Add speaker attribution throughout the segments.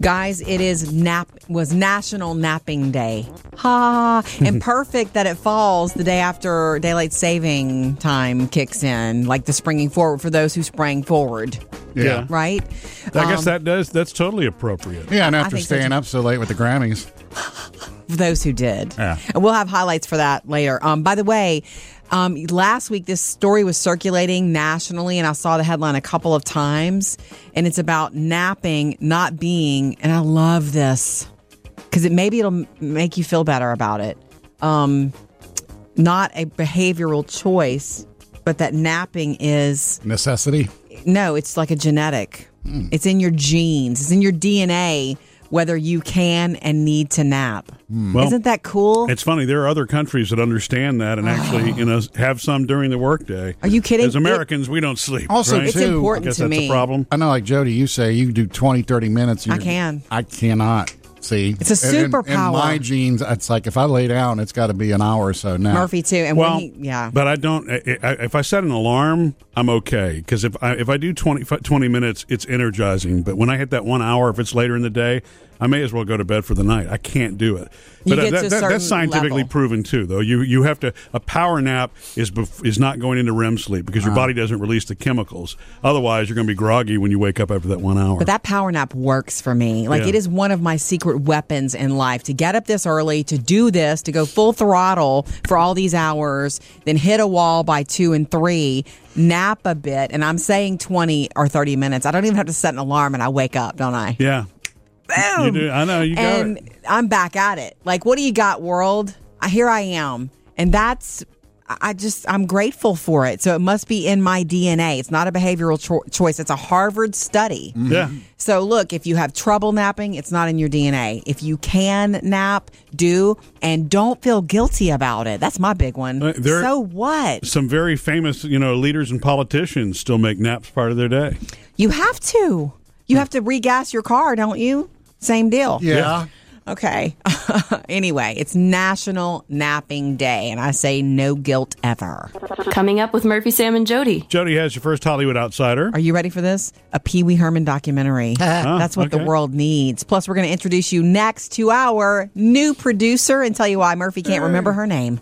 Speaker 1: Guys, it is nap was National Napping Day. Ha! And perfect that it falls the day after daylight saving time kicks in, like the springing forward for those who sprang forward,
Speaker 2: Yeah.
Speaker 1: right?
Speaker 3: I guess
Speaker 1: Um,
Speaker 3: that does. That's totally appropriate.
Speaker 2: Yeah, and
Speaker 1: I
Speaker 2: after
Speaker 1: think so,
Speaker 2: staying
Speaker 1: too.
Speaker 2: up so late with the Grammys.
Speaker 1: for those who did.
Speaker 2: Yeah.
Speaker 1: And we'll have highlights for that later. Um, by the way, um, last week this story was circulating nationally, and I saw the headline a couple of times, and it's about napping not being. And I love this because it maybe it'll m- make you feel better about it. Um, not a behavioral choice, but that napping is
Speaker 2: Necessity.
Speaker 1: no, it's like a genetic. It's in your genes. It's in your DNA whether you can and need to nap.
Speaker 3: Well,
Speaker 1: Isn't that cool?
Speaker 3: It's funny. There are other countries that understand that and actually, you know, have some during the workday.
Speaker 1: Ah. Are you kidding?
Speaker 3: As Americans, we don't sleep.
Speaker 2: Also,
Speaker 3: right?
Speaker 1: It's
Speaker 2: too,
Speaker 3: I
Speaker 1: important
Speaker 3: guess
Speaker 1: to
Speaker 3: that's
Speaker 1: me.
Speaker 3: a problem.
Speaker 2: I know, like Jody, you say you do 20, 30 minutes.
Speaker 1: I
Speaker 2: you're-
Speaker 1: can.
Speaker 2: I cannot. See,
Speaker 1: It's a
Speaker 2: In- in-
Speaker 1: superpower.
Speaker 2: In my genes, it's like if I lay down, it's got to be an hour or so now.
Speaker 1: Murphy too. And
Speaker 3: Well,
Speaker 1: when he, yeah,
Speaker 3: But I don't. I, I, if I set an alarm, I'm okay because if I if I do 20, fi- 20 minutes, it's energizing. But when I hit that one hour, if it's later in the day, I may as well go to bed for the night. I can't do it.
Speaker 1: You
Speaker 3: But
Speaker 1: get
Speaker 3: that,
Speaker 1: to a
Speaker 3: that-
Speaker 1: certain
Speaker 3: that's scientifically
Speaker 1: level.
Speaker 3: proven too, though. You you have to a power nap is bef- is not going into REM sleep because your
Speaker 1: Uh-huh.
Speaker 3: body doesn't release the chemicals. Otherwise, you're going to be groggy when you wake up after that one hour.
Speaker 1: but that power nap works for me. Like
Speaker 3: Yeah.
Speaker 1: it is one of my secret weapons in life to get up this early, to do this, to go full throttle for all these hours, then hit a wall by two and three, nap a bit, and I'm saying twenty or thirty minutes. I don't even have to set an alarm, and I wake up, don't I?
Speaker 3: yeah,
Speaker 1: Boom.
Speaker 3: you do. I know you got
Speaker 1: and
Speaker 3: it.
Speaker 1: I'm back at it. Like, what do you got, world? I- Here I am. And that's, I I just, I'm grateful for it. So it must be in my DNA. It's not a behavioral cho- choice, it's a Harvard study.
Speaker 3: Yeah.
Speaker 1: So look, if you have trouble napping, it's not in your DNA. If you can nap, do, and don't feel guilty about it. That's my big one.
Speaker 3: Uh, there-
Speaker 1: so what?
Speaker 3: Some very famous, you know, leaders and politicians still make naps part of their day.
Speaker 1: You have to. You have to regas your car, don't you? Same deal.
Speaker 2: Yeah.
Speaker 3: Yeah.
Speaker 1: Okay. anyway, it's National Napping Day, and I say no guilt ever.
Speaker 4: Coming up with Murphy, Sam, and Jody.
Speaker 3: Jody has your first Hollywood outsider.
Speaker 1: Are you ready for this? A Pee Wee Herman documentary. That's what the
Speaker 3: okay.
Speaker 1: world needs. Plus, we're going to introduce you next to our new producer and tell you why Murphy can't remember her name.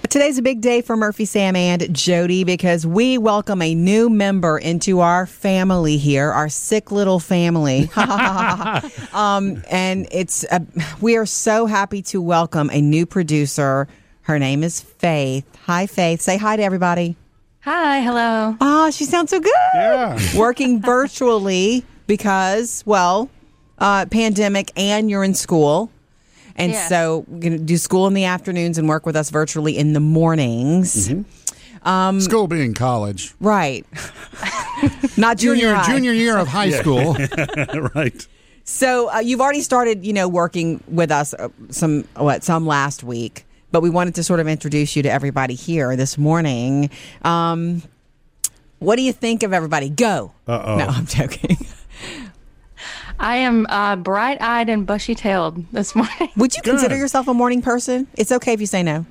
Speaker 1: But Today's a big day for Murphy, Sam, and Jody because we welcome a new member into our family here, our sick little family. um, and it's a, we are so happy to welcome a new producer. Her name is Faith. Hi, Faith. Say hi to everybody.
Speaker 5: Hi, hello.
Speaker 1: Oh, she sounds so good.
Speaker 2: Yeah.
Speaker 1: Working virtually because, well, uh, pandemic and you're in school. And
Speaker 5: Yes.
Speaker 1: so we're going to do school in the afternoons and work with us virtually in the mornings. Um,
Speaker 2: School being college.
Speaker 1: Right. Not junior,
Speaker 2: Junior,
Speaker 1: high.
Speaker 2: junior year of high school.
Speaker 3: right.
Speaker 1: So uh, you've already started, you know, working with us uh, some what some last week, but we wanted to sort of introduce you to everybody here this morning. Um, what do you think of everybody? Go.
Speaker 3: Uh-oh.
Speaker 1: No, I'm joking.
Speaker 5: I am uh, bright eyed and bushy tailed this morning.
Speaker 1: Would you consider
Speaker 3: Good.
Speaker 1: yourself a morning person? It's okay if you say no.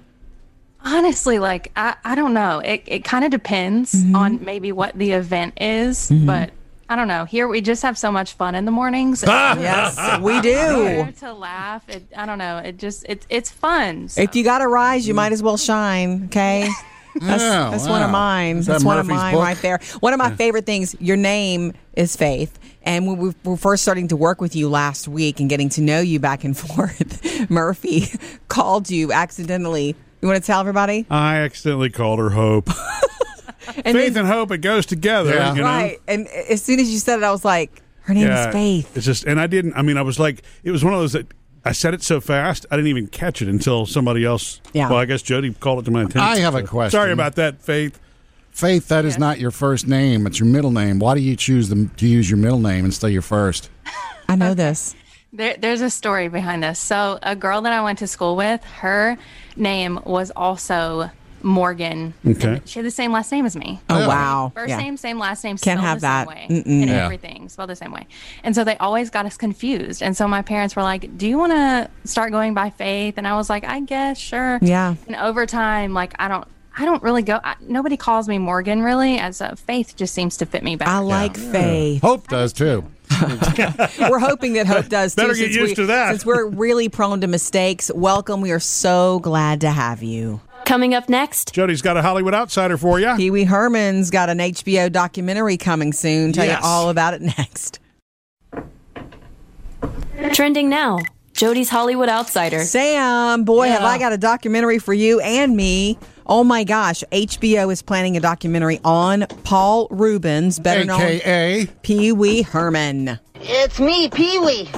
Speaker 5: Honestly, like, I, I don't know. It, it kind of depends on maybe what the event is, but I don't know. Here, we just have so much fun in the mornings.
Speaker 1: Yes, we
Speaker 5: Here
Speaker 1: do.
Speaker 5: to laugh. It, I don't know. It just, it, it's fun. So-
Speaker 1: If you got to rise,
Speaker 2: Mm.
Speaker 1: you might as well shine. Okay. That's,
Speaker 2: Yeah,
Speaker 1: that's one of
Speaker 2: Oh, wow.
Speaker 1: mine.
Speaker 2: Is that
Speaker 1: that's one of
Speaker 2: Murphy's
Speaker 1: mine
Speaker 2: book?
Speaker 1: right there. One of my favorite things. Your name is Faith, and when we were first starting to work with you last week and getting to know you back and forth, Murphy called you accidentally. You want to tell everybody?
Speaker 3: I accidentally called her Hope.
Speaker 1: And
Speaker 3: Faith
Speaker 1: then-
Speaker 3: and hope, it goes together.
Speaker 2: Yeah.
Speaker 3: You know?
Speaker 1: right. And as soon as you said it, I was like, her name
Speaker 3: Yeah.
Speaker 1: is Faith.
Speaker 3: It's just, and I didn't. I mean, I was like, it was one of those that I said it so fast, I didn't even catch it until somebody else.
Speaker 1: Yeah.
Speaker 3: Well, I guess Jody called it to my attention.
Speaker 2: I have a
Speaker 3: So,
Speaker 2: question.
Speaker 3: Sorry about that, Faith.
Speaker 2: Faith, that is not your first name. It's your middle name. Why do you choose them to use your middle name instead of your first?
Speaker 1: I know this.
Speaker 5: There, there's a story behind this. So, a girl that I went to school with, her name was also Morgan.
Speaker 3: Okay.
Speaker 5: She had the same last name as me.
Speaker 1: Oh wow.
Speaker 5: First
Speaker 1: Yeah.
Speaker 5: name, same last name.
Speaker 1: Can't
Speaker 5: spelled
Speaker 1: have
Speaker 5: the same
Speaker 1: that.
Speaker 5: way,
Speaker 1: Mm-mm.
Speaker 5: and
Speaker 2: Yeah.
Speaker 5: everything spelled the same way. And so they always got us confused. And so my parents were like, "Do you want to start going by faith?" And I was like, "I guess, sure."
Speaker 1: Yeah.
Speaker 5: And over time, like I don't, I don't really go. I, nobody calls me Morgan really, as uh, Faith just seems to fit me
Speaker 1: I
Speaker 5: better.
Speaker 1: like Faith.
Speaker 2: Hope does too.
Speaker 1: We're hoping that Hope does too.
Speaker 3: Better get
Speaker 1: since
Speaker 3: used
Speaker 1: we,
Speaker 3: to that.
Speaker 1: Since we're really prone to mistakes. Welcome. We are so glad to have you.
Speaker 4: Coming up next,
Speaker 3: Jody's got a Hollywood outsider for you.
Speaker 1: Pee Wee Herman's got an HBO documentary coming soon. Tell
Speaker 3: Yes.
Speaker 1: you all about it next.
Speaker 4: trending now, Jody's Hollywood Outsider.
Speaker 1: Sam, boy, have
Speaker 4: Yeah.
Speaker 1: I got a documentary for you and me. Oh my gosh, HBO is planning a documentary on Paul Rubens, better known
Speaker 2: AKA
Speaker 1: Pee Wee Herman.
Speaker 6: It's me, Pee Wee.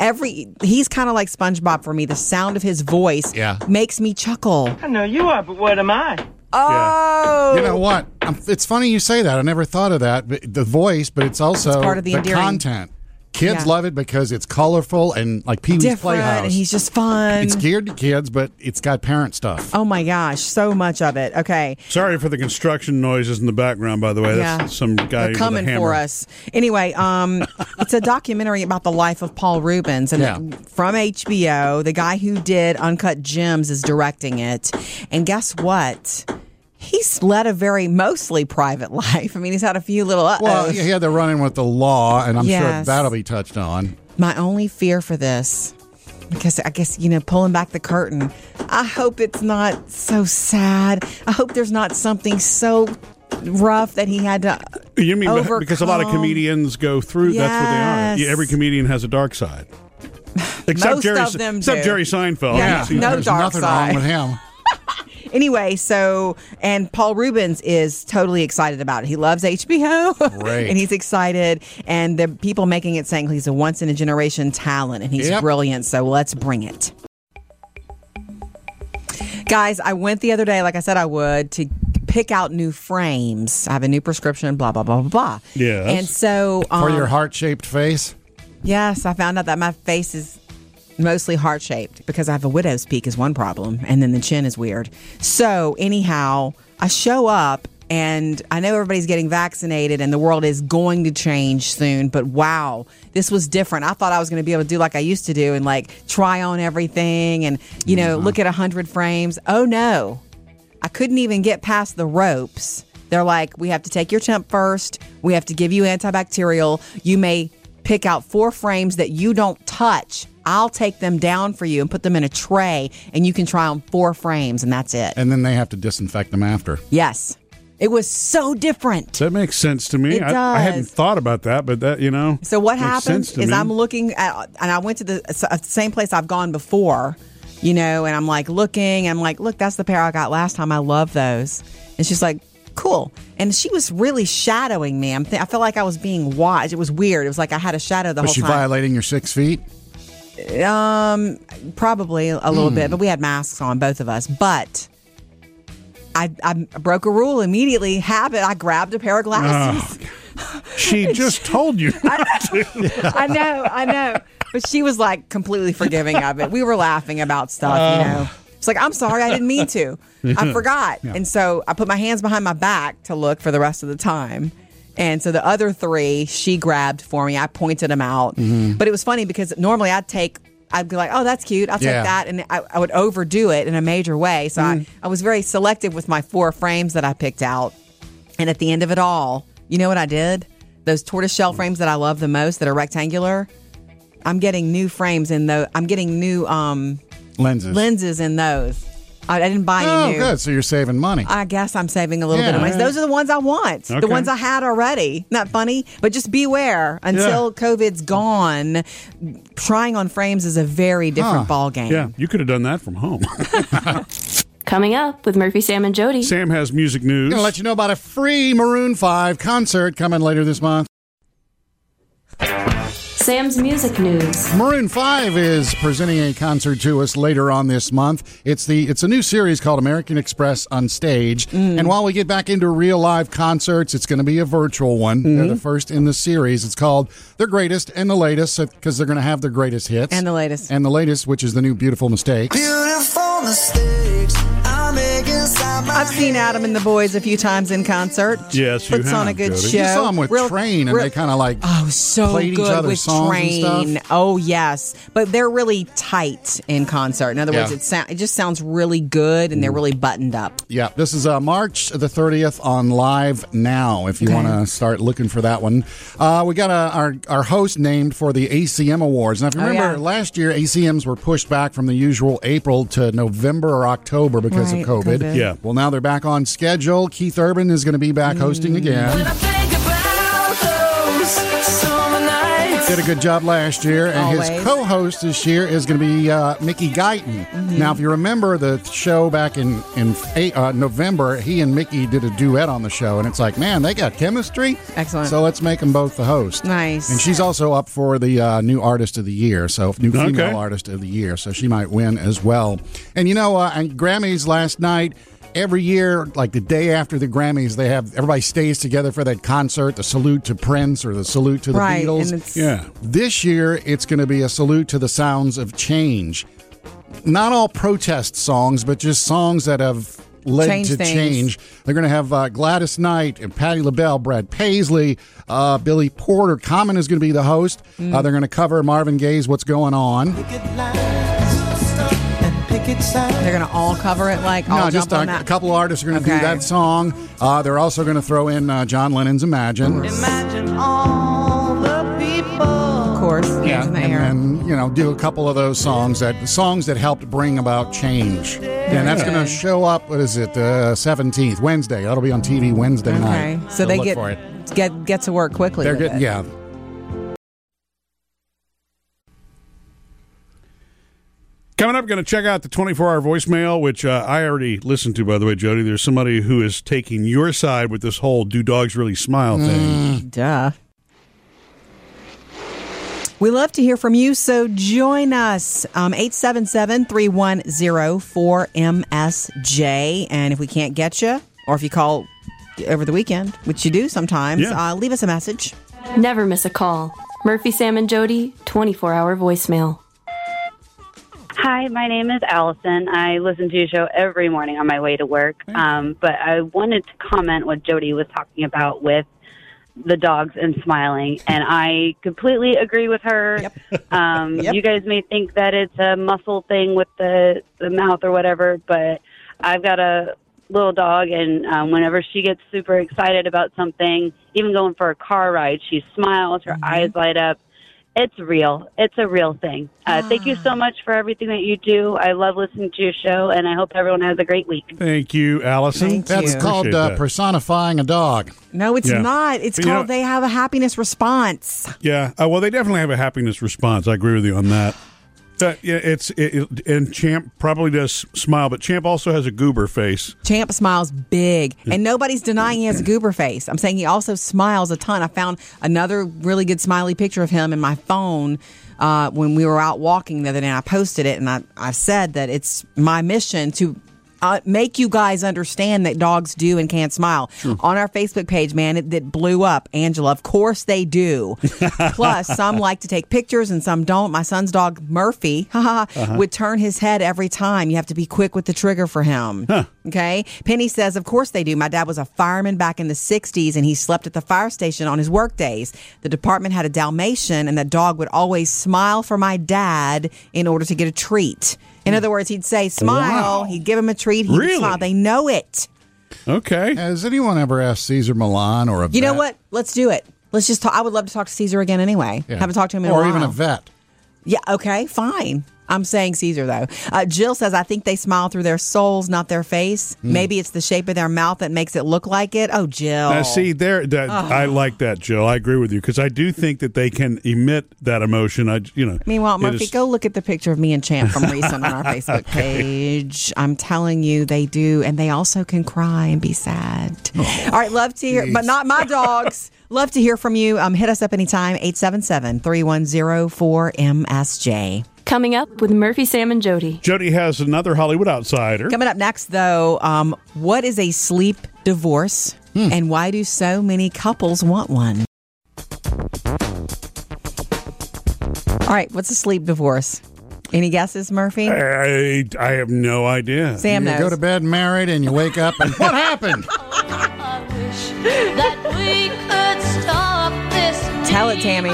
Speaker 1: Every he's kind of like SpongeBob for me. The sound of his voice
Speaker 2: Yeah.
Speaker 1: makes me chuckle.
Speaker 7: I know you are, but what am I?
Speaker 1: Oh,
Speaker 2: You know what? i it's funny you say that. I never thought of that. But the voice, but it's also
Speaker 1: part of the endearing.
Speaker 2: content. Kids
Speaker 1: Yeah.
Speaker 2: love it because it's colorful and like Pee Wee's
Speaker 1: different.
Speaker 2: Playhouse.
Speaker 1: And he's just fun.
Speaker 2: it's geared to kids, but it's got parent stuff.
Speaker 1: oh my gosh, so much of it. Okay.
Speaker 3: Sorry for the construction noises in the background, by the way. That's
Speaker 1: Yeah.
Speaker 3: some guy
Speaker 1: They're
Speaker 3: with a
Speaker 1: coming
Speaker 3: hammer.
Speaker 1: for us. Anyway, um, it's a documentary about the life of Paul Rubens, and
Speaker 2: Yeah.
Speaker 1: from HBO, the guy who did Uncut Gems is directing it. And guess what? He's led a very mostly private life. I mean, he's had a few little. uh
Speaker 2: Well, yeah, they're running with the law, and I'm sure
Speaker 1: Yes.
Speaker 2: that'll be touched on.
Speaker 1: My only fear for this, because I guess, you know, pulling back the curtain, I hope it's not so sad. I hope there's not something so rough that he had to.
Speaker 3: You mean be- because a lot of
Speaker 1: Overcome.
Speaker 3: comedians go through? That's what they are.
Speaker 1: Yes.
Speaker 3: Yeah, Every comedian has a dark side. Except
Speaker 1: Most
Speaker 3: Jerry,
Speaker 1: of them
Speaker 3: except
Speaker 1: do.
Speaker 3: Jerry Seinfeld.
Speaker 1: Yeah.
Speaker 3: He's-
Speaker 1: No
Speaker 2: There's
Speaker 1: dark
Speaker 2: nothing
Speaker 1: side.
Speaker 2: wrong with him.
Speaker 1: Anyway, so and Paul Rubens is totally excited about it. He loves HBO,
Speaker 2: Great.
Speaker 1: and he's excited. And the people making it saying he's a once in a generation talent, and he's
Speaker 2: Yep.
Speaker 1: brilliant. So let's bring it, guys. I went the other day, like I said I would, to pick out new frames. I have a new prescription. Blah blah blah blah blah.
Speaker 3: Yes.
Speaker 1: And so um,
Speaker 2: For your heart shaped face.
Speaker 1: Yes, I found out that my face is mostly heart shaped because I have a widow's peak is one problem, and then the chin is weird. So anyhow, I show up. And I know everybody's getting vaccinated and the world is going to change soon, but wow, this was different. I thought I was going to be able to do like I used to do and like try on everything and, you know, look at 100 frames. Oh no, I couldn't even get past the ropes. They're like, we have to take your temp first. We have to give you antibacterial. You may pick out four frames that you don't touch. I'll take them down for you and put them in a tray, and you can try on four frames, and that's it.
Speaker 2: And then they have to disinfect them after.
Speaker 1: Yes. It was so different.
Speaker 3: That makes sense to me.
Speaker 1: It
Speaker 3: I, I hadn't
Speaker 1: does.
Speaker 3: thought about that, but that you know.
Speaker 1: So what
Speaker 3: makes
Speaker 1: happens
Speaker 3: sense to
Speaker 1: is
Speaker 3: me.
Speaker 1: I'm looking at, and I went to the s- uh, same place I've gone before, you know, and I'm like looking, I'm like, look, that's the pair I got last time. I love those. And she's like, cool. And she was really shadowing me. I'm th- I felt like I was being watched. It was weird. It was like I had a shadow the
Speaker 2: Was
Speaker 1: whole
Speaker 2: she
Speaker 1: time.
Speaker 2: violating your six feet?
Speaker 1: Um, probably a little
Speaker 3: Hmm.
Speaker 1: bit, but we had masks on, both of us. But I, I broke a rule immediately. Habit. I grabbed a pair of
Speaker 3: Ah.
Speaker 1: glasses.
Speaker 3: She just told you.
Speaker 1: I know, I know. But she was like completely forgiving of it. We were laughing about stuff, you know. It's like, I'm sorry, I didn't mean to. I forgot. And so I put my hands behind my back to look for the rest of the time. And so the other three she grabbed for me. I pointed them out. But it was funny because normally I'd take, I'd be like, oh, that's cute. I'll
Speaker 2: Yeah.
Speaker 1: take that. And I, I would overdo it in a major way. So I, I was very selective with my four frames that I picked out. And at the end of it all, you know what I did? Those tortoiseshell frames that I love the most that are rectangular. I'm getting new frames in those. I'm getting new um,
Speaker 2: Lenses.
Speaker 1: lenses in those. I, I didn't buy
Speaker 2: Oh,
Speaker 1: any new.
Speaker 2: good. So you're saving money.
Speaker 1: I guess I'm saving a little bit of
Speaker 2: Yeah.
Speaker 1: money. Those are the ones I want.
Speaker 3: Okay.
Speaker 1: The ones I had already. Not funny, but just beware until COVID's gone. Trying on frames is a very different ball game.
Speaker 3: yeah, you could have done that from home.
Speaker 4: Coming up with Murphy, Sam, and Jody.
Speaker 3: Sam has music news.
Speaker 2: going to let you know about a free Maroon 5 concert coming later this month.
Speaker 4: Sam's music news.
Speaker 2: Maroon 5 is presenting a concert to us later on this month. It's the it's a new series called American Express on Stage.
Speaker 1: Mm.
Speaker 2: And while we get back into real live concerts, it's going to be a virtual one.
Speaker 1: Mm-hmm.
Speaker 2: They're the first in the series. It's called The Greatest and the Latest because they're going to have the greatest hits.
Speaker 1: And the latest.
Speaker 2: And the latest, which is the new Beautiful Mistake.
Speaker 8: Beautiful mistakes I big inside my
Speaker 1: I've seen Adam and the boys a few times in concert.
Speaker 3: Yes, you
Speaker 1: Puts on a
Speaker 3: have,
Speaker 1: good
Speaker 3: Jody.
Speaker 1: show.
Speaker 3: You
Speaker 2: You saw him with
Speaker 1: Real-
Speaker 2: Train, and
Speaker 1: real-
Speaker 2: they kind of like
Speaker 1: Oh, so
Speaker 2: played
Speaker 1: good
Speaker 2: each other
Speaker 1: with
Speaker 2: songs and stuff.
Speaker 1: Train. Oh yes, but they're really tight in concert. In other words,
Speaker 2: Yeah. Mm.
Speaker 1: it sound it just sounds really good, and they're really buttoned up.
Speaker 2: Yeah, this is uh, March the 30th on Live Now. If you
Speaker 1: Okay.
Speaker 2: want to start looking for that one, uh, we got uh our our host named for the ACM Awards. Now, if you
Speaker 1: Oh,
Speaker 2: remember
Speaker 1: yeah.
Speaker 2: last year, ACMs were pushed back from the usual April to November or October because
Speaker 1: Right,
Speaker 2: of COVID.
Speaker 1: COVID.
Speaker 3: Yeah.
Speaker 2: Well, now they're back on schedule. Keith Urban is going to be back hosting
Speaker 1: Mm.
Speaker 2: again.
Speaker 8: Think about those summer nights.
Speaker 2: Did a good job last year, and
Speaker 1: Always.
Speaker 2: his co-host this year is going to be uh, Mickey Guyton.
Speaker 1: Mm-hmm.
Speaker 2: Now, if you remember the show back in in uh, November, he and Mickey did a duet on the show, and it's like, man, they got chemistry.
Speaker 1: Excellent.
Speaker 2: So let's make them both the host.
Speaker 1: Nice.
Speaker 2: And she's also up for the uh, new artist of the year, so new female
Speaker 3: Okay.
Speaker 2: artist of the year, so she might win as well. And you know, uh, and Grammys last night. Every year, like the day after the Grammys, they have everybody stays together for that concert, the salute to Prince or the salute to the
Speaker 1: right,
Speaker 2: Beatles.
Speaker 1: and it's
Speaker 3: Yeah.
Speaker 2: This year, it's going to be a salute to the sounds of change. Not all protest songs, but just songs that have led
Speaker 1: Change
Speaker 2: to
Speaker 1: things.
Speaker 2: change. They're going to have uh, Gladys Knight and Patti LaBelle, Brad Paisley, uh, Billy Porter. Common is going to be the host.
Speaker 1: Mm.
Speaker 2: Uh, they're going to cover Marvin Gaye's "What's Going On."
Speaker 8: Picket lines, and picket signs.
Speaker 1: they're gonna all cover it. Like all
Speaker 2: no, just
Speaker 1: jump on
Speaker 2: a,
Speaker 1: that.
Speaker 2: a couple artists are going to
Speaker 1: Okay.
Speaker 2: do that song. Uh, they're also going to throw in uh, John Lennon's "Imagine."
Speaker 8: Imagine all the people.
Speaker 1: of course, hands in the
Speaker 2: and
Speaker 1: air.
Speaker 2: then you know do a couple of those songs that songs that helped bring about change, and that's going to
Speaker 1: good.
Speaker 2: show up. What is it? The seventeenth Wednesday. That'll be on TV Wednesday
Speaker 1: okay,
Speaker 2: night.
Speaker 1: so they
Speaker 2: look
Speaker 1: get
Speaker 2: for it.
Speaker 1: get get to work quickly.
Speaker 2: They're
Speaker 1: with
Speaker 2: getting
Speaker 1: it.
Speaker 2: yeah.
Speaker 3: Coming up, going to check out the 24 hour voicemail, which uh, I already listened to, by the way, Jody. There's somebody who is taking your side with this whole do dogs really smile
Speaker 2: Mm.
Speaker 3: thing.
Speaker 1: Duh. We love to hear from you, so join us. um, 877 310 4MSJ. And if we can't get you, or if you call over the weekend, which you do sometimes,
Speaker 3: Yeah.
Speaker 1: uh, leave us a message.
Speaker 4: Never miss a call. Murphy, Sam, and Jody, 24 hour voicemail.
Speaker 9: Hi, my name is Allison. I listen to your show every morning on my way to work. Um, but I wanted to comment what Jody was talking about with the dogs and smiling, and I completely agree with her. Um,
Speaker 1: Yep.
Speaker 9: You guys may think that it's a muscle thing with the the mouth or whatever, but I've got a little dog, and um, whenever she gets super excited about something, even going for a car ride, she smiles, her eyes light up. It's real. It's a real thing. Uh, Thank you
Speaker 10: Ah.
Speaker 9: so much for everything that you do. I love listening to your show, and I hope everyone has a great week.
Speaker 3: Thank you, Allison.
Speaker 1: Thank
Speaker 2: That's
Speaker 1: you.
Speaker 2: called
Speaker 3: Appreciate
Speaker 2: uh,
Speaker 3: that.
Speaker 2: personifying a dog.
Speaker 1: No, it's
Speaker 3: Yeah.
Speaker 1: not. It's
Speaker 3: But you
Speaker 1: called
Speaker 3: know-
Speaker 1: They Have a Happiness Response.
Speaker 3: Yeah. Uh, well, they definitely have a happiness response. I agree with you on that. That- yeah, it's it, it- and Champ probably does smile, but Champ also has a goober face.
Speaker 1: Champ smiles big, and nobody's denying he has a goober face. I'm saying he also smiles a ton. I found another really good smiley picture of him in my phone uh, when we were out walking the other day. And I posted it, and I, I said that it's my mission to. Uh, make you guys understand that dogs do and can't smile. On our Facebook page, man, it, it blew up. Angela, of course they do. Plus, some like to take pictures and some don't. My son's dog, Murphy,
Speaker 2: Uh-huh.
Speaker 1: would turn his head every time. You have to be quick with the trigger for him. Okay. Penny says, Of course they do. My dad was a fireman back in the 60s and he slept at the fire station on his work days. The department had a Dalmatian and the dog would always smile for my dad in order to get a treat. In other words, he'd say, Smile.
Speaker 3: Wow.
Speaker 1: He'd give him a treat. He'd
Speaker 3: Really?
Speaker 1: smile. They know it.
Speaker 3: Okay.
Speaker 2: Has anyone ever asked Caesar Milan or a
Speaker 1: You know
Speaker 2: vet?
Speaker 1: what? Let's do it. Let's just talk. I would love to talk to Caesar again anyway.
Speaker 2: Yeah.
Speaker 1: Haven't talked to him in a
Speaker 2: or
Speaker 1: while.
Speaker 2: even a vet.
Speaker 1: Yeah, okay, fine. I'm saying Caesar, though. Uh, Jill says, I think they smile through their souls, not their face.
Speaker 3: Hmm.
Speaker 1: Maybe it's the shape of their mouth that makes it look like it. Oh, Jill.
Speaker 3: Now, see, there, that,
Speaker 1: Uh-huh.
Speaker 3: I like that, Jill. I agree with you because I do think that they can emit that emotion. I, you know.
Speaker 1: Meanwhile,
Speaker 3: it
Speaker 1: Murphy,
Speaker 3: is-
Speaker 1: go look at the picture of me and Champ from recent on our Facebook page. I'm telling you, they do. And they also can cry and be sad.
Speaker 3: Oh,
Speaker 1: All right, love to hear, but not my dogs. love to hear from you. Um, hit us up anytime, 877 310 4MSJ.
Speaker 4: Coming up with Murphy, Sam, and Jody.
Speaker 3: Jody has another Hollywood outsider.
Speaker 1: Coming up next, though, um, what is a sleep divorce and why do so many couples want one? All right, what's a sleep divorce? Any guesses, Murphy?
Speaker 3: I, I have no idea.
Speaker 1: Sam
Speaker 2: you
Speaker 1: knows.
Speaker 2: go to bed married and you wake up and what happened?
Speaker 11: that we could stop this.
Speaker 1: Tell it, Tammy.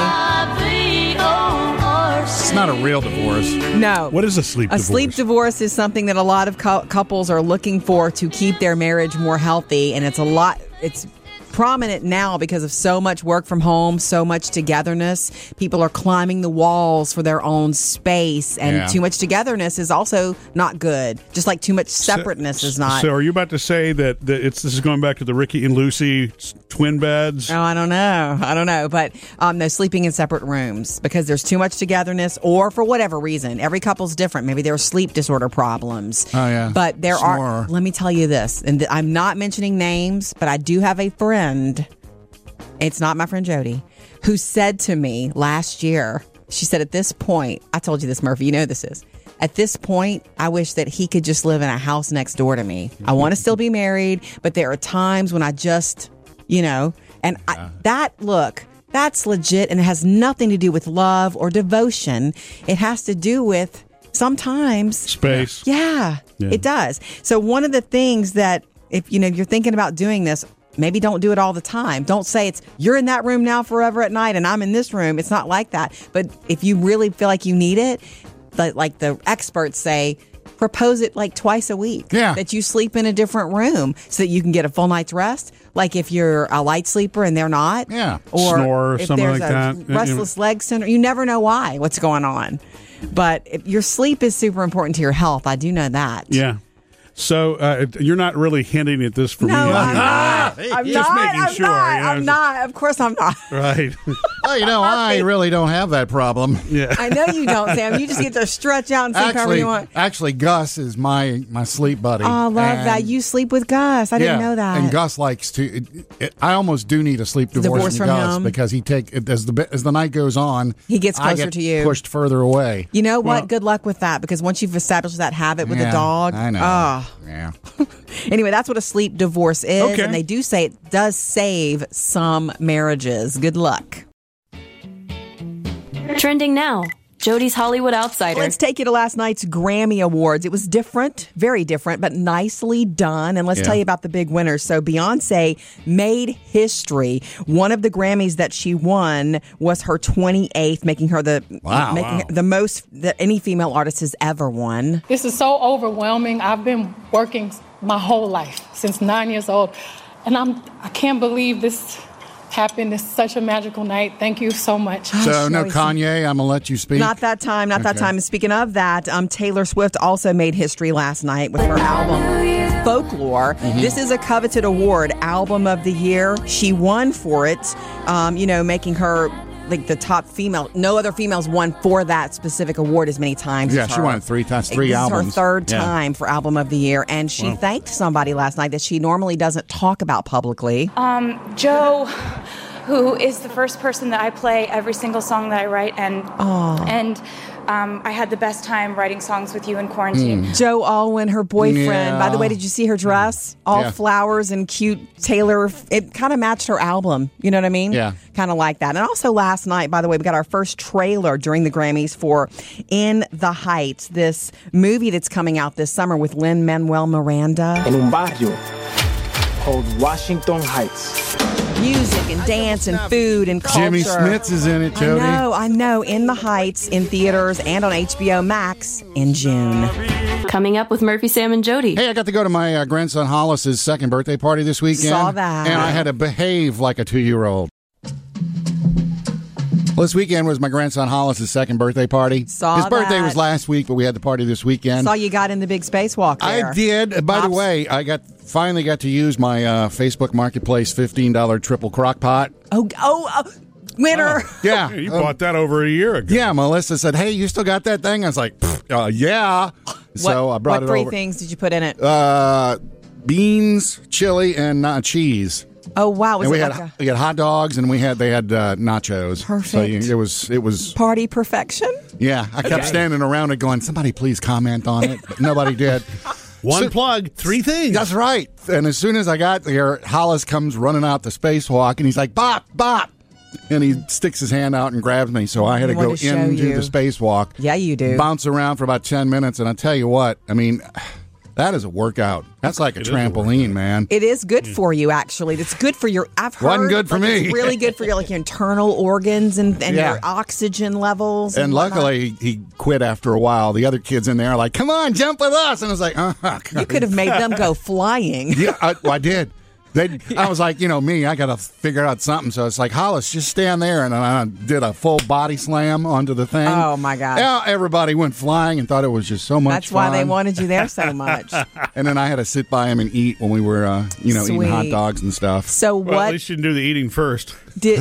Speaker 11: It's
Speaker 2: It's not a real divorce.
Speaker 1: no.
Speaker 3: What is a sleep
Speaker 1: A
Speaker 3: divorce?
Speaker 1: sleep divorce is something that a lot of cou- couples are looking for to keep their marriage more healthy, and it's a lot. It's prominent now because of so much work from home, so much togetherness. People are climbing the walls for their own space, and
Speaker 2: Yeah.
Speaker 1: too much togetherness is also not good. Just like too much separateness is not.
Speaker 3: So are you about to say that, that it's this is going back to the Ricky and Lucy s- twin beds?
Speaker 1: Oh, I don't know. I don't know. But um, no, sleeping in separate rooms because there's too much togetherness, or for whatever reason, every couple's different. Maybe there are sleep disorder problems.
Speaker 2: Oh, yeah.
Speaker 1: But there are.
Speaker 2: Snore.
Speaker 1: Let me tell you this, and th- I'm not mentioning names, but I do have a friend. It's not my friend Jody, who said to me last year. She said, "At this point, I told you this, Murphy. You know this is." At this point, I wish that he could just live in a house next door to me. I want to still be married, but there are times when I just, you know, and I, that look, that's legit and it has nothing to do with love or devotion. It has to do with sometimes
Speaker 3: Space.
Speaker 1: yeah, it does. So one of the things that if you know you're thinking about doing this, maybe don't do it all the time. Don't say it's you're in that room now forever at night and I'm in this room. It's not like that. But if you really feel like you need it, but like the experts say, propose it like twice a week.
Speaker 2: Yeah.
Speaker 1: That you sleep in a different room so that you can get a full night's rest. Like if you're a light sleeper and they're not.
Speaker 2: Yeah.
Speaker 1: Or
Speaker 3: Snore or
Speaker 1: if
Speaker 3: something
Speaker 1: there's
Speaker 3: like
Speaker 1: a
Speaker 3: that. You know.
Speaker 1: Restless leg syndrome. You never know why, what's going on. But if your sleep is super important to your health. I do know that.
Speaker 3: Yeah. So uh, you're not really hinting at this for
Speaker 1: No,
Speaker 3: me. are
Speaker 1: I'm
Speaker 3: you?
Speaker 1: not. I'm
Speaker 3: Just
Speaker 1: not.
Speaker 3: making
Speaker 1: I'm
Speaker 3: sure,
Speaker 1: not.
Speaker 3: you know,
Speaker 1: I'm
Speaker 3: it's-
Speaker 1: not. Of course, I'm not.
Speaker 3: Right.
Speaker 2: Oh, you know, I really don't have that problem.
Speaker 1: I know you don't, Sam. You just get to stretch out and sleep however
Speaker 2: Actually,
Speaker 1: you want.
Speaker 2: actually, Gus is my my sleep buddy.
Speaker 1: Oh, I love
Speaker 2: And-
Speaker 1: that. You sleep with Gus. I didn't
Speaker 2: yeah,
Speaker 1: know that.
Speaker 2: And Gus likes to. It, it, I almost do need a sleep divorce,
Speaker 1: Divorce from
Speaker 2: Gus
Speaker 1: him.
Speaker 2: because he take as the bi- as the night goes on,
Speaker 1: He gets
Speaker 2: I
Speaker 1: closer
Speaker 2: get
Speaker 1: to you.
Speaker 2: pushed further away.
Speaker 1: you know what?
Speaker 3: Well-
Speaker 1: Good luck with that because once you've established that habit with
Speaker 2: yeah,
Speaker 1: a dog,
Speaker 2: I know.
Speaker 1: ah.
Speaker 2: Yeah.
Speaker 1: Anyway, that's what a sleep divorce is.
Speaker 3: Okay.
Speaker 1: And they do say it does save some marriages. Good luck.
Speaker 4: Trending now, Jody's Hollywood Outsider.
Speaker 1: Let's take you to last night's Grammy Awards. It was different, very different, but nicely done. And let's
Speaker 2: Yeah.
Speaker 1: tell you about the big winners. So Beyonce made history. One of the Grammys that she won was her 28th, making her the
Speaker 2: Wow.
Speaker 1: making
Speaker 2: Wow.
Speaker 1: her the most that any female artist has ever won.
Speaker 10: This is so overwhelming. I've been working my whole life since nine years old, and I'm I can't believe this happened. It's such a magical night. Thank you so much.
Speaker 2: So no
Speaker 1: Joyce.
Speaker 2: Kanye. I'm gonna let you speak.
Speaker 1: Not that time, not that
Speaker 2: Okay.
Speaker 1: time. And speaking of that, um, Taylor Swift also made history last night with her album Folklore.
Speaker 2: Mm-hmm.
Speaker 1: This is a coveted award, Album of the Year. She won for it, um, you know, making her like the top female. No other females won for that specific award as many times.
Speaker 2: Yeah,
Speaker 1: as
Speaker 2: she
Speaker 1: her.
Speaker 2: won it three times, three
Speaker 1: this Is her
Speaker 2: albums.
Speaker 1: third
Speaker 2: Yeah.
Speaker 1: time for Album of the Year, and she thanked somebody last night that she normally doesn't talk about publicly.
Speaker 11: Joe, who is the first person that I play every single song that I write, and and um, I had the best time writing songs with you in
Speaker 8: Mm.
Speaker 11: quarantine.
Speaker 1: Joe Alwyn, her boyfriend.
Speaker 2: Yeah.
Speaker 1: By the way, did you see her dress? All
Speaker 2: Yeah.
Speaker 1: flowers and cute Taylor. It kind of matched her album. You know what I mean?
Speaker 2: Yeah.
Speaker 1: Kind of like that. And also last night, by the way, we got our first trailer during the Grammys for In the Heights, this movie that's coming out this summer with Lynn Manuel Miranda.
Speaker 8: En un barrio called Washington Heights.
Speaker 1: Music and dance and food and culture.
Speaker 2: Jimmy Smits is in it, Jody.
Speaker 1: I know, I know. In the Heights, in theaters, and on HBO Max in June.
Speaker 4: Coming up with Murphy, Sam, and Jody.
Speaker 2: Hey, I got to go to my uh, grandson Hollis's second birthday party this weekend.
Speaker 1: Saw that.
Speaker 2: And I had to behave like a two year old. Well, this weekend was my grandson Hollis's second birthday party.
Speaker 1: Saw
Speaker 2: His birthday
Speaker 1: that.
Speaker 2: was last week, but we had the party this weekend.
Speaker 1: Saw you got in the big spacewalk there.
Speaker 2: I did. By the
Speaker 1: Pops.
Speaker 2: way, I got finally got to use my uh, Facebook Marketplace fifteen dollar triple crock pot.
Speaker 1: Oh, oh, oh winner.
Speaker 2: Yeah,
Speaker 3: you
Speaker 2: Um,
Speaker 3: bought that over a year ago.
Speaker 2: yeah. Melissa said, "Hey, you still got that thing?" I was like, "Pfft, uh, "Yeah." so
Speaker 1: what,
Speaker 2: I brought
Speaker 1: what
Speaker 2: it
Speaker 1: three
Speaker 2: over.
Speaker 1: things did you put in it?
Speaker 2: Uh, beans, chili, and not cheese.
Speaker 1: oh wow, was
Speaker 2: and
Speaker 1: it
Speaker 2: we had
Speaker 1: like a
Speaker 2: we had hot dogs, and we had they had uh, nachos. So
Speaker 1: Perfect.
Speaker 2: you, it was it was
Speaker 1: party perfection?
Speaker 2: yeah. I kept standing around and going, "Somebody please comment on it," but nobody did.
Speaker 3: One plug, three things.
Speaker 2: That's right. And as soon as I got there, Hollis comes running out the spacewalk, and he's like, "Bop, bop." and he sticks his hand out and grabs me. So I had to
Speaker 1: He wanted
Speaker 2: go
Speaker 1: to show
Speaker 2: into
Speaker 1: you.
Speaker 2: the spacewalk.
Speaker 1: Yeah, you do.
Speaker 2: Bounce around for about 10 minutes. And I tell you what, I mean, that is a workout. That's like a trampoline, man.
Speaker 1: It is
Speaker 3: Hmm.
Speaker 1: good for you, actually. It's good for your. I've heard.
Speaker 2: Wasn't good for
Speaker 1: like,
Speaker 2: me.
Speaker 1: It's really good for your like your internal organs and, and
Speaker 2: Yeah.
Speaker 1: your oxygen levels.
Speaker 2: And
Speaker 1: whatnot.
Speaker 2: luckily, he quit after a while. The other kids in there are like, come on, jump with us. And I was like, uh huh.
Speaker 1: you could have made them go flying.
Speaker 2: yeah, I, well, I did. They, I was like, you know, me, I got to figure out something. So it's like, Hollis, just stand there. And I did a full body slam onto the thing.
Speaker 1: Oh, my God.
Speaker 2: Yeah, everybody went flying and thought it was just so much
Speaker 1: That's why they
Speaker 2: fun.
Speaker 1: wanted you there so much.
Speaker 2: And then I had to sit by him and eat when we were, uh, you know, eating hot
Speaker 1: Sweet.
Speaker 2: dogs and stuff.
Speaker 1: So
Speaker 3: Well, at
Speaker 1: what
Speaker 3: least you can do the eating first.
Speaker 1: did?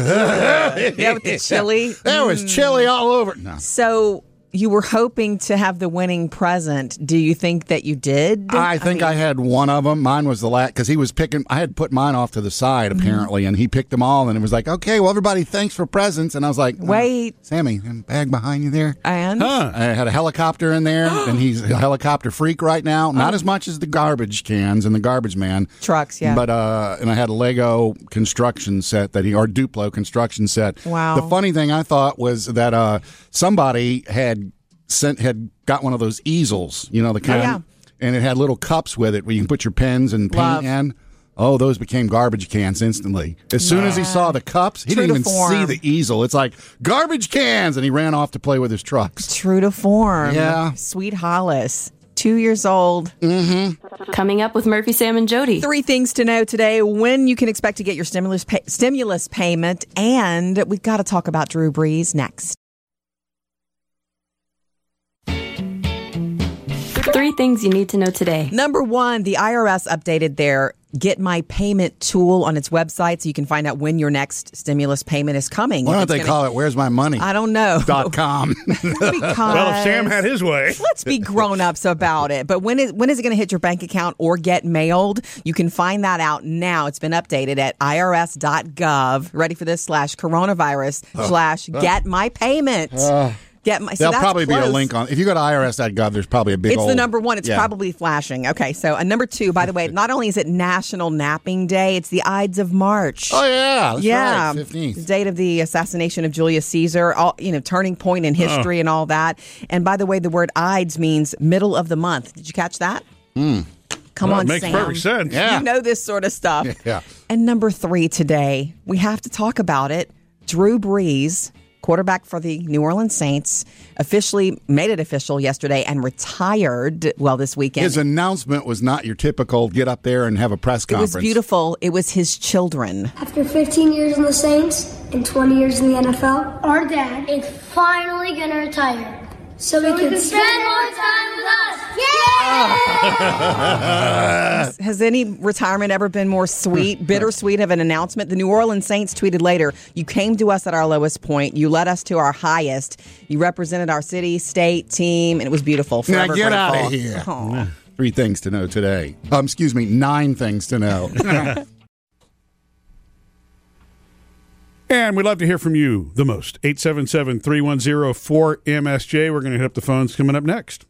Speaker 1: yeah, with the chili. Mm.
Speaker 2: There was chili all over. No.
Speaker 1: So you were hoping to have the winning present. Do you think that you did?
Speaker 2: I think I, had one of them. Mine was the last because he was picking. I had put mine off to the side
Speaker 1: Mm-hmm.
Speaker 2: apparently, and he picked them all. And it was like, okay, well, everybody, thanks for presents. And I was like, "Uh,
Speaker 1: Wait.
Speaker 2: Sammy, and bag behind you there.
Speaker 1: And
Speaker 2: I had a helicopter in there, and he's a helicopter freak right now. Not as much as the garbage cans and the garbage man.
Speaker 1: Oh. trucks, yeah.
Speaker 2: But uh, and I had a Lego construction set that he or Duplo construction set.
Speaker 1: Wow.
Speaker 2: The funny thing I thought was that uh, somebody had sent had got one of those easels, you know, the kind,
Speaker 1: Yeah.
Speaker 2: and it had little cups with it where you can put your pens and paint
Speaker 1: Love.
Speaker 2: in. Oh, those became garbage cans instantly. As soon as he saw the cups, he
Speaker 1: True to
Speaker 2: didn't even see
Speaker 1: form.
Speaker 2: the easel. It's like garbage cans, and he ran off to play with his trucks.
Speaker 1: True to form.
Speaker 2: Yeah. Mm.
Speaker 1: Sweet Hollis, two years old.
Speaker 4: Coming up with Murphy, Sam, and Jody.
Speaker 1: Three things to know today: when you can expect to get your stimulus pay- stimulus payment, and we've got to talk about Drew Brees next.
Speaker 4: Three things you need to know today.
Speaker 1: Number one, the IRS updated their Get My Payment tool on its website, so you can find out when your next stimulus payment is coming.
Speaker 2: Why
Speaker 1: If
Speaker 2: don't
Speaker 1: it's
Speaker 2: they
Speaker 1: gonna-
Speaker 2: call it "Where's My Money"?
Speaker 1: I don't know.
Speaker 2: dot com.
Speaker 1: because
Speaker 3: Well, if Sam had his way.
Speaker 1: let's be grown ups about it. But when is when is it going to hit your bank account or get mailed? You can find that out now. It's been updated at irs.gov. Ready for this slash coronavirus slash get my payment. Get my. So
Speaker 2: Uh, There'll
Speaker 1: that's
Speaker 2: probably be a
Speaker 1: close.
Speaker 2: link on. If you go to irs.gov, there's probably a big.
Speaker 1: It's the
Speaker 2: old-
Speaker 1: number one. It's
Speaker 2: Yeah.
Speaker 1: probably flashing. Okay, so and number two. By the way, not only is it National Napping Day, it's the Ides of March.
Speaker 2: Oh yeah, that's
Speaker 1: yeah,
Speaker 2: right,
Speaker 1: the
Speaker 2: 15th.
Speaker 1: date of the assassination of Julius Caesar, all you know, turning point in history and all that. And by the way, the word "ides" means middle of the month. Did you catch that? Come
Speaker 3: Well,
Speaker 1: on,
Speaker 3: it makes
Speaker 1: Sam.
Speaker 3: perfect sense.
Speaker 2: Yeah.
Speaker 1: You know this sort of stuff.
Speaker 2: Yeah.
Speaker 1: And number three today, we have to talk about it. Drew Brees, quarterback for the New Orleans Saints, officially made it official yesterday and retired. Well, this weekend
Speaker 2: His announcement was not your typical get up there and have a press
Speaker 1: it was
Speaker 2: conference.
Speaker 1: beautiful. It was his children.
Speaker 12: After 15 years in the Saints and 20 years in the NFL, our dad is finally gonna retire. So, we, can, spend more time with us.
Speaker 1: Has any retirement ever been more sweet, bittersweet of an announcement? The New Orleans Saints tweeted later You came to us at our lowest point. You led us to our highest. You represented our city, state, team, and it was beautiful.
Speaker 2: Now
Speaker 1: Forever
Speaker 2: get out of
Speaker 1: grateful.
Speaker 2: here.
Speaker 1: Aw.
Speaker 2: Three things to know today. Um, excuse me, nine things to know.
Speaker 3: And we'd love to hear from you the most. 877 310 4MSJ. We're going to hit up the phones coming up next.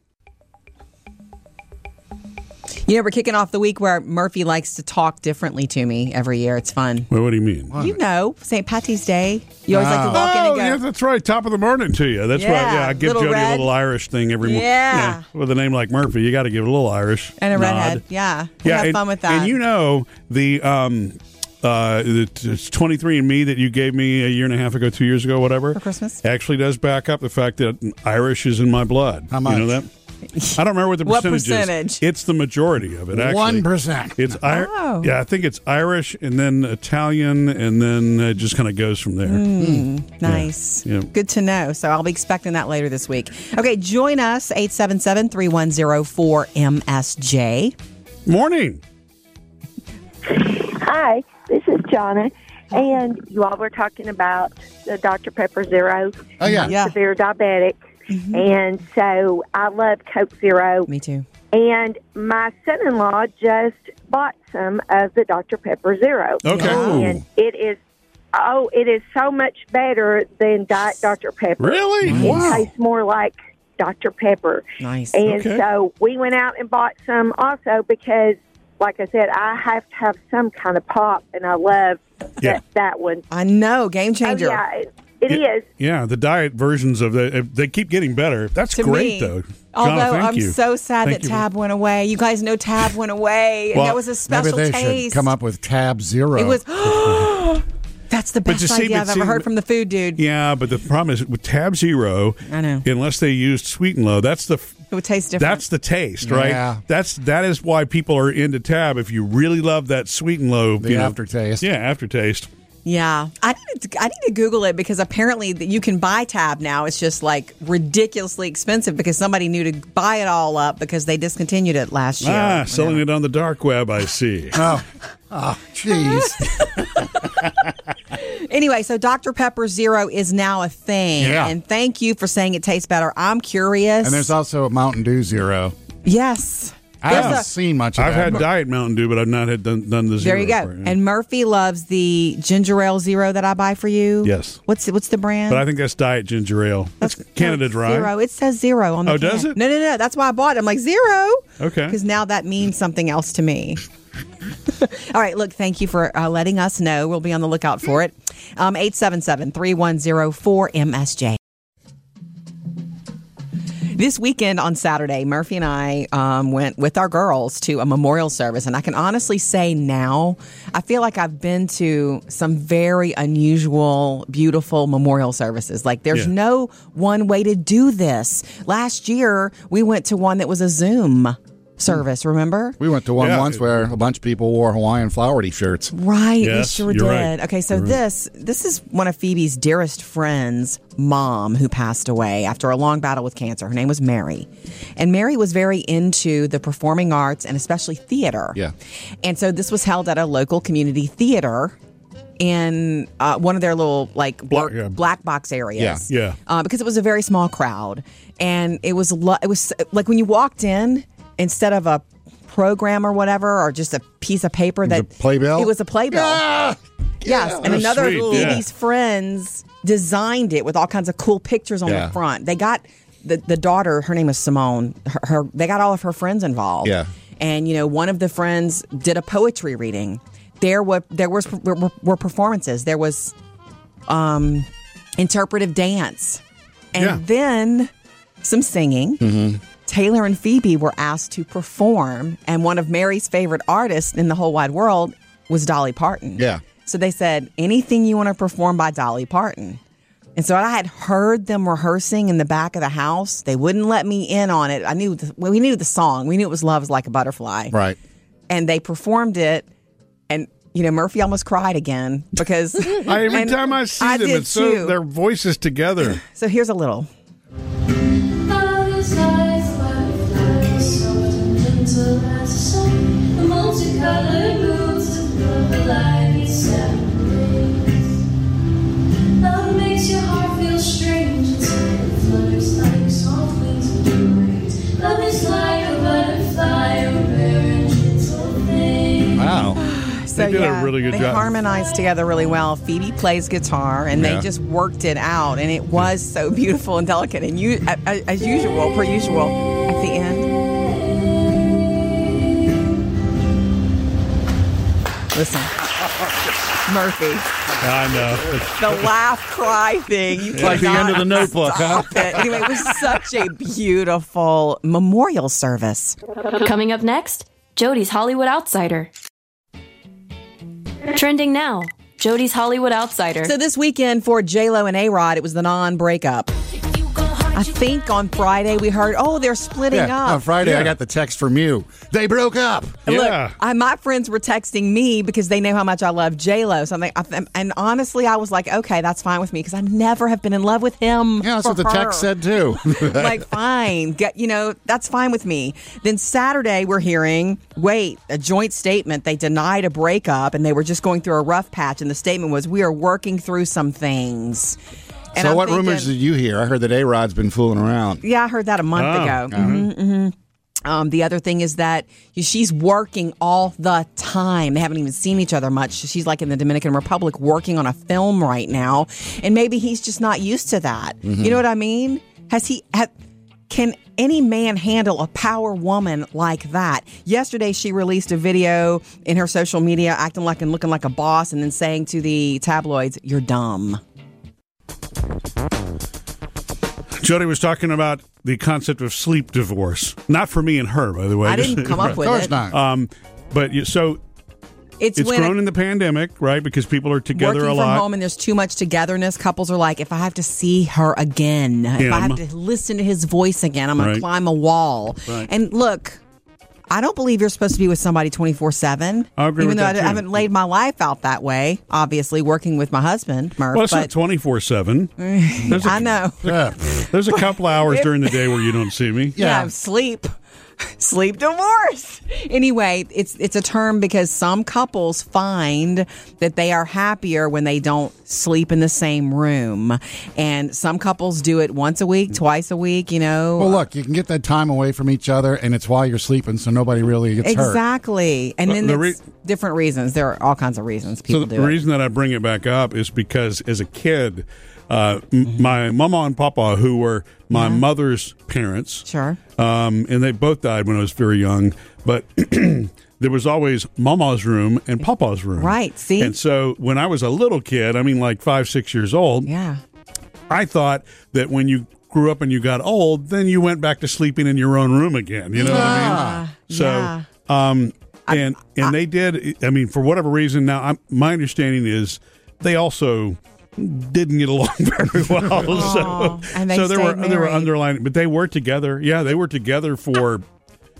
Speaker 1: You know, we're kicking off the week where Murphy likes to talk differently to me every year. It's fun.
Speaker 3: Well, what do you mean?
Speaker 1: You know, St. Patty's Day. You always like to walk in
Speaker 3: Oh,
Speaker 1: and go.
Speaker 3: yeah, that's right. Top of the morning to you. That's right.
Speaker 1: Yeah,
Speaker 3: Yeah, I give
Speaker 1: little
Speaker 3: Jody a
Speaker 1: red.
Speaker 3: little Irish thing every morning.
Speaker 1: Yeah.
Speaker 3: With a name like Murphy, you got to give a little Irish.
Speaker 1: And a
Speaker 3: nod.
Speaker 1: redhead. Yeah. We have
Speaker 3: and,
Speaker 1: fun with that.
Speaker 3: And you know the um uh the it's 23 and me that you gave me a year and a half ago, 2 years ago, whatever. For
Speaker 1: Christmas?
Speaker 3: Actually does back up the fact that Irish is in my blood.
Speaker 2: How
Speaker 3: You know
Speaker 2: much?
Speaker 3: that? I don't remember what the
Speaker 1: What
Speaker 3: percentage,
Speaker 1: percentage?
Speaker 3: is. It's the majority of it actually.
Speaker 2: One percent.
Speaker 3: It's Ir-
Speaker 1: Oh.
Speaker 3: yeah, I think it's Irish and then Italian and then it just kind of goes from there.
Speaker 1: Hmm. Nice.
Speaker 3: Yeah.
Speaker 1: Good to know. So I'll be expecting that later this week. Okay, join us 877 310 4MSJ.
Speaker 3: Morning.
Speaker 13: Hi, this is Jonna, and you all were talking about the Dr. Pepper Zero.
Speaker 2: Oh, yeah.
Speaker 13: I'm
Speaker 1: Yeah.
Speaker 13: Severe diabetic, and so I love Coke Zero.
Speaker 1: Me too.
Speaker 13: And my son-in-law just bought some of the Dr. Pepper Zero.
Speaker 3: Okay.
Speaker 13: and it is oh, it is so much better than Diet Dr. Pepper.
Speaker 3: Really?
Speaker 13: It
Speaker 3: Wow.
Speaker 13: tastes more like Dr. Pepper.
Speaker 1: Nice.
Speaker 13: And
Speaker 3: Okay.
Speaker 13: so we went out and bought some also because, like I said, I have to have some kind of pop, and I love
Speaker 3: Yeah.
Speaker 13: that one.
Speaker 1: I know, game changer.
Speaker 13: Oh, yeah, it, it is.
Speaker 3: Yeah, the diet versions of the if they keep getting better. That's
Speaker 1: to
Speaker 3: great
Speaker 1: me.
Speaker 3: though. Jonna,
Speaker 1: Although
Speaker 3: thank
Speaker 1: I'm
Speaker 3: you.
Speaker 1: so sad
Speaker 3: Thank
Speaker 1: that
Speaker 3: you.
Speaker 1: Tab went away. You guys know Tab went away, and
Speaker 3: Well,
Speaker 1: that was a special
Speaker 2: Maybe they
Speaker 1: taste.
Speaker 2: should come up with tab zero.
Speaker 1: It was. That's the
Speaker 3: But
Speaker 1: best
Speaker 3: you see-
Speaker 1: idea I've
Speaker 3: but see-
Speaker 1: ever heard from the food dude.
Speaker 3: Yeah, but the problem is with Tab Zero. I know. Unless they used Sweet and Low, that's the f-
Speaker 1: It would taste different.
Speaker 3: That's the taste, right?
Speaker 2: Yeah.
Speaker 3: That's that is why people are into Tab. If you really love that Sweet and Low,
Speaker 2: The
Speaker 3: you know-
Speaker 2: aftertaste.
Speaker 3: yeah, aftertaste.
Speaker 1: Yeah, I need to, I need to Google it because apparently that you can buy Tab now. It's just like ridiculously expensive because somebody knew to buy it all up because they discontinued it last year.
Speaker 3: Ah, selling it on the dark web. I see.
Speaker 2: oh, oh, jeez.
Speaker 1: Anyway, so Dr Pepper Zero is now a thing,
Speaker 2: Yeah.
Speaker 1: and thank you for saying it tastes better. I'm curious.
Speaker 2: and there's also a Mountain Dew zero.
Speaker 1: yes,
Speaker 2: I
Speaker 1: There's
Speaker 2: haven't
Speaker 1: a-
Speaker 2: seen much of
Speaker 3: I've
Speaker 2: that.
Speaker 3: had Diet Mountain Dew, but I've not had done, done the zero.
Speaker 1: There you go.
Speaker 3: part, yeah.
Speaker 1: And Murphy loves the ginger ale zero that I buy for you.
Speaker 3: Yes.
Speaker 1: What's what's the brand?
Speaker 3: but I think that's Diet Ginger Ale. That's Canada Dry.
Speaker 1: Zero. It says zero on the
Speaker 3: Oh,
Speaker 1: can.
Speaker 3: does it?
Speaker 1: No, no, no. That's why I bought it. I'm like zero.
Speaker 3: Okay.
Speaker 1: Because now that means something else to me. All right. Look, thank you for uh, letting us know. We'll be on the lookout for it. Um, 877-3104-MSJ. This weekend on Saturday, Murphy and I um, went with our girls to a memorial service. And I can honestly say now, I feel like I've been to some very unusual, beautiful memorial services. Like there's
Speaker 14: Yeah.
Speaker 1: no one way to do this. Last year, we went to one that was a Zoom service, remember?
Speaker 2: We went to one
Speaker 1: Yeah.
Speaker 2: once where a bunch of people wore Hawaiian flowery shirts.
Speaker 1: Right, we sure did. Okay, so
Speaker 2: You're right.
Speaker 1: this this is one of Phoebe's dearest friends' mom who passed away after a long battle with cancer. Her name was Mary, and Mary was very into the performing arts and especially theater. Yeah, and so this was held at a local community theater in uh, one of their little like black, black box areas.
Speaker 3: Yeah, yeah.
Speaker 1: Uh, because it was a very small crowd, and it was lo- it was like when you walked in, instead of a program or whatever, or just a piece of paper that
Speaker 2: playbill?
Speaker 1: It was a playbill. Yes, and
Speaker 2: That's
Speaker 1: another
Speaker 2: sweet,
Speaker 1: of
Speaker 2: yeah.
Speaker 1: Phoebe's friends designed it with all kinds of cool pictures on
Speaker 2: Yeah.
Speaker 1: the front. They got the the daughter. Her name is Simone. Her, her they got all of her friends involved.
Speaker 2: Yeah.
Speaker 1: and you know one of the friends did a poetry reading. There were there was were, were performances. There was um interpretive dance, and
Speaker 2: Yeah.
Speaker 1: then some singing. Taylor and Phoebe were asked to perform, and one of Mary's favorite artists in the whole wide world was Dolly Parton.
Speaker 2: Yeah.
Speaker 1: So they said, anything you want to perform by Dolly Parton. And so I had heard them rehearsing in the back of the house. They wouldn't let me in on it. I knew the, well, we knew the song. We knew it was "Love Is Like a Butterfly."
Speaker 2: Right.
Speaker 1: And they performed it, and you know Murphy almost cried again because
Speaker 3: I, every
Speaker 1: and
Speaker 3: time I see them,
Speaker 1: did
Speaker 3: it's so
Speaker 1: too.
Speaker 3: their voices together.
Speaker 1: so here's a little. So
Speaker 3: They did a
Speaker 1: yeah,
Speaker 3: really good
Speaker 1: they
Speaker 3: job.
Speaker 1: harmonized together really well. Phoebe plays guitar, and
Speaker 3: Yeah.
Speaker 1: they just worked it out, and it was so beautiful and delicate. And you, a- a- as usual, per usual, at the end. Listen, Murphy,
Speaker 3: I know. It's-
Speaker 1: the laugh cry thing. You
Speaker 3: It's like the end of the
Speaker 1: cannot
Speaker 3: Notebook, huh?
Speaker 1: stop it. Anyway, it was such a beautiful memorial service.
Speaker 4: Coming up next, Jody's Hollywood Outsider. Trending now, Jody's Hollywood Outsider.
Speaker 1: So this weekend for J Lo and A Rod, it was the non-breakup. I think on Friday we heard, oh, they're splitting
Speaker 2: Yeah,
Speaker 1: up.
Speaker 2: on Friday, I got the text from you. They broke up.
Speaker 1: Look, I, my friends were texting me because they know how much I love J Lo. So I'm like, I, and honestly, I was like, okay, that's fine with me because I never have been in love with him.
Speaker 2: Yeah, that's what the text said too.
Speaker 1: like, fine, get you know, that's fine with me. Then Saturday, we're hearing, wait, a joint statement. They denied a breakup and they were just going through a rough patch. And the statement was, we are working through some things. And
Speaker 2: so
Speaker 1: I'm
Speaker 2: what
Speaker 1: thinking-
Speaker 2: rumors did you hear? I heard that A Rod's been fooling around.
Speaker 1: yeah, I heard that a month
Speaker 2: Oh, all
Speaker 1: ago. hmm hmm Um, the other thing is that she's working all the time. They haven't even seen each other much. She's like in the Dominican Republic working on a film
Speaker 2: Mm-hmm.
Speaker 1: right now, and maybe he's just not used to that.
Speaker 14: Mhm.
Speaker 1: You know what I mean? Has he? Ha- Can any man handle a power woman like that? Yesterday, she released a video in her social media acting like and looking like a boss and then saying to the tabloids, You're dumb.
Speaker 3: Jody was talking about the concept of sleep divorce. Not for me and her, by the way.
Speaker 1: I didn't come up with
Speaker 2: Of course it. not.
Speaker 3: Um, but you, so
Speaker 1: It's,
Speaker 3: it's,
Speaker 1: when
Speaker 3: grown in the pandemic, right? Because people are together
Speaker 1: working
Speaker 3: a
Speaker 1: from
Speaker 3: lot.
Speaker 1: home and there's too much togetherness, couples are like, if I have to see her again, if I
Speaker 3: Him.
Speaker 1: have to listen to his voice again, I'm going
Speaker 3: Right.
Speaker 1: to climb a wall.
Speaker 3: Right.
Speaker 1: And look, I don't believe you're supposed to be with somebody 24 7.
Speaker 3: I agree
Speaker 1: Even
Speaker 3: with
Speaker 1: though
Speaker 3: that,
Speaker 1: I d-
Speaker 3: too.
Speaker 1: I haven't laid my life out that way, obviously, working with my husband, Murph.
Speaker 3: Well, it's not
Speaker 1: but Mm.
Speaker 3: twenty four seven. I
Speaker 1: I know.
Speaker 3: There's a couple hours during the day where you don't see me.
Speaker 1: yeah. sleep sleep divorce anyway it's it's a term because some couples find that they are happier when they don't sleep in the same room and some couples do it once a week twice a week you know
Speaker 2: Well, look, you can get that time away from each other, and it's while you're sleeping, so nobody really gets hurt.
Speaker 1: exactly and
Speaker 3: But
Speaker 1: then
Speaker 3: the
Speaker 1: there's different reasons there are all kinds of reasons people
Speaker 3: so the
Speaker 1: do it
Speaker 3: reason that I bring it back up is because as a kid, uh, m-
Speaker 1: Mm-hmm.
Speaker 3: my mama and papa, who were my mother's parents,
Speaker 1: sure,
Speaker 3: um, and they both died when I was very young, but. There was always mama's room and papa's room.
Speaker 1: Right, see?
Speaker 3: And so when I was a little kid, I mean, like five, six years old,
Speaker 1: yeah
Speaker 3: I thought that when you grew up and you got old, then you went back to sleeping in your own room again. You know what I mean?
Speaker 1: Ah,
Speaker 3: So,
Speaker 1: yeah.
Speaker 3: um, and and they did. I mean, for whatever reason, now I'm, my understanding is they also didn't get along very well.
Speaker 1: Aw,
Speaker 3: so,
Speaker 1: and they
Speaker 3: so there were
Speaker 1: stayed
Speaker 3: there were
Speaker 1: married.
Speaker 3: underlying, but they were together. Yeah, they were together for.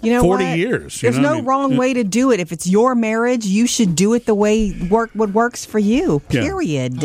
Speaker 1: you know
Speaker 3: 40
Speaker 1: what?
Speaker 3: years, you
Speaker 1: there's
Speaker 3: know,
Speaker 1: no
Speaker 3: I mean,
Speaker 1: wrong
Speaker 3: yeah.
Speaker 1: way to do it if it's your marriage you should do it the way work what works for you
Speaker 3: Yeah.
Speaker 1: period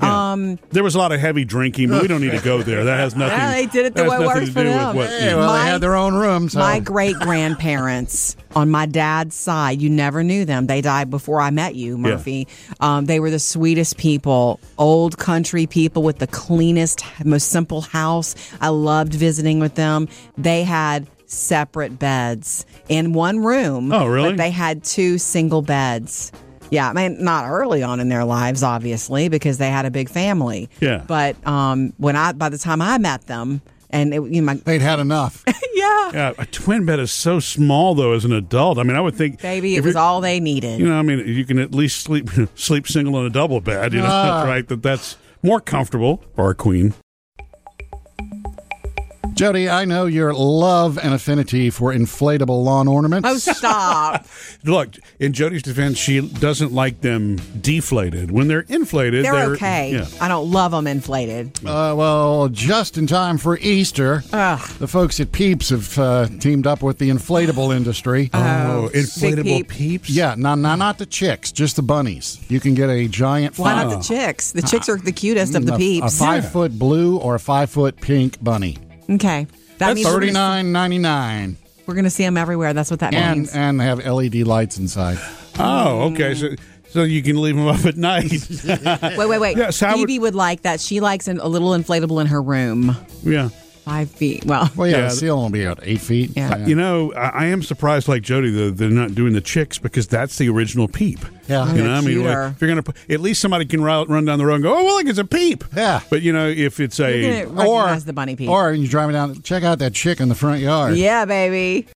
Speaker 1: um
Speaker 3: There was a lot of heavy drinking, but we don't need to go there. That has nothing.
Speaker 1: Yeah, they did it the
Speaker 3: that has
Speaker 1: way it
Speaker 3: nothing
Speaker 1: works
Speaker 3: to
Speaker 1: for
Speaker 3: do with
Speaker 1: them.
Speaker 3: what-
Speaker 2: Hey, well,
Speaker 1: My-
Speaker 2: they had their own room, so
Speaker 1: My great grandparents on my dad's side, you never knew them. They died before I met you, Murphy. Um, they were the sweetest people, old country people with the cleanest, most simple house. I loved visiting with them. They had separate beds in one room.
Speaker 3: Oh, really?
Speaker 1: But they had two single beds. Yeah, I mean, not early on in their lives, obviously, because they had a big family.
Speaker 3: Yeah.
Speaker 1: But um, when I, by the time I met them, and it, you know, my,
Speaker 2: they'd had enough.
Speaker 1: yeah,
Speaker 3: Yeah, a twin bed is so small though as an adult. I mean, I would think
Speaker 1: Baby, it
Speaker 3: if
Speaker 1: was
Speaker 3: you're-
Speaker 1: all they needed.
Speaker 3: You know, I mean, you can at least sleep sleep single in a double bed. You know,
Speaker 2: Ah.
Speaker 3: right? That that's more comfortable. Bar queen.
Speaker 2: Jody, I know your love and affinity for inflatable lawn ornaments.
Speaker 1: oh, stop.
Speaker 3: Look, in Jody's defense, she doesn't like them deflated. When they're inflated,
Speaker 1: They're okay.
Speaker 3: Yeah.
Speaker 1: I don't love them inflated.
Speaker 2: Uh, well, just in time for Easter, the folks at Peeps have uh, teamed up with the inflatable industry.
Speaker 3: Oh, inflatable
Speaker 1: peep.
Speaker 3: peeps.
Speaker 2: Yeah, no, no, not the chicks, just the bunnies. You can get a giant.
Speaker 1: Why
Speaker 2: five,
Speaker 1: not the chicks? The chicks are the cutest of the
Speaker 2: Mm, a,
Speaker 1: peeps.
Speaker 2: A five foot blue or a five foot pink bunny.
Speaker 1: Okay. That means we're
Speaker 2: Thirty
Speaker 1: gonna,
Speaker 2: nine ninety nine,
Speaker 1: we're gonna see them everywhere. That's what that
Speaker 2: and
Speaker 1: means.
Speaker 2: and they have LED lights inside.
Speaker 3: Oh, okay. So so you can leave them up at night.
Speaker 1: Wait, wait, wait.
Speaker 3: Yes, how would-
Speaker 1: Phoebe would, like that. She likes an, a little inflatable in her room.
Speaker 3: yeah.
Speaker 1: Five feet. Well,
Speaker 2: Well, yeah,
Speaker 3: Yeah.
Speaker 2: the ceiling will be out eight feet.
Speaker 1: Yeah.
Speaker 3: You know, I, I am surprised, like Jody, though they're not doing the chicks because that's the original peep.
Speaker 2: Yeah. Oh,
Speaker 3: you
Speaker 1: they're
Speaker 3: know, I mean,
Speaker 1: cuter.
Speaker 3: like, if you're gonna, put- at least somebody can ri- run down the road and go, "Oh, well, like it's a peep."
Speaker 2: Yeah.
Speaker 3: But you know, if it's a
Speaker 1: You're gonna recognize the bunny peep.
Speaker 2: Or you're driving down. Check out that chick in the front yard.
Speaker 1: yeah, baby.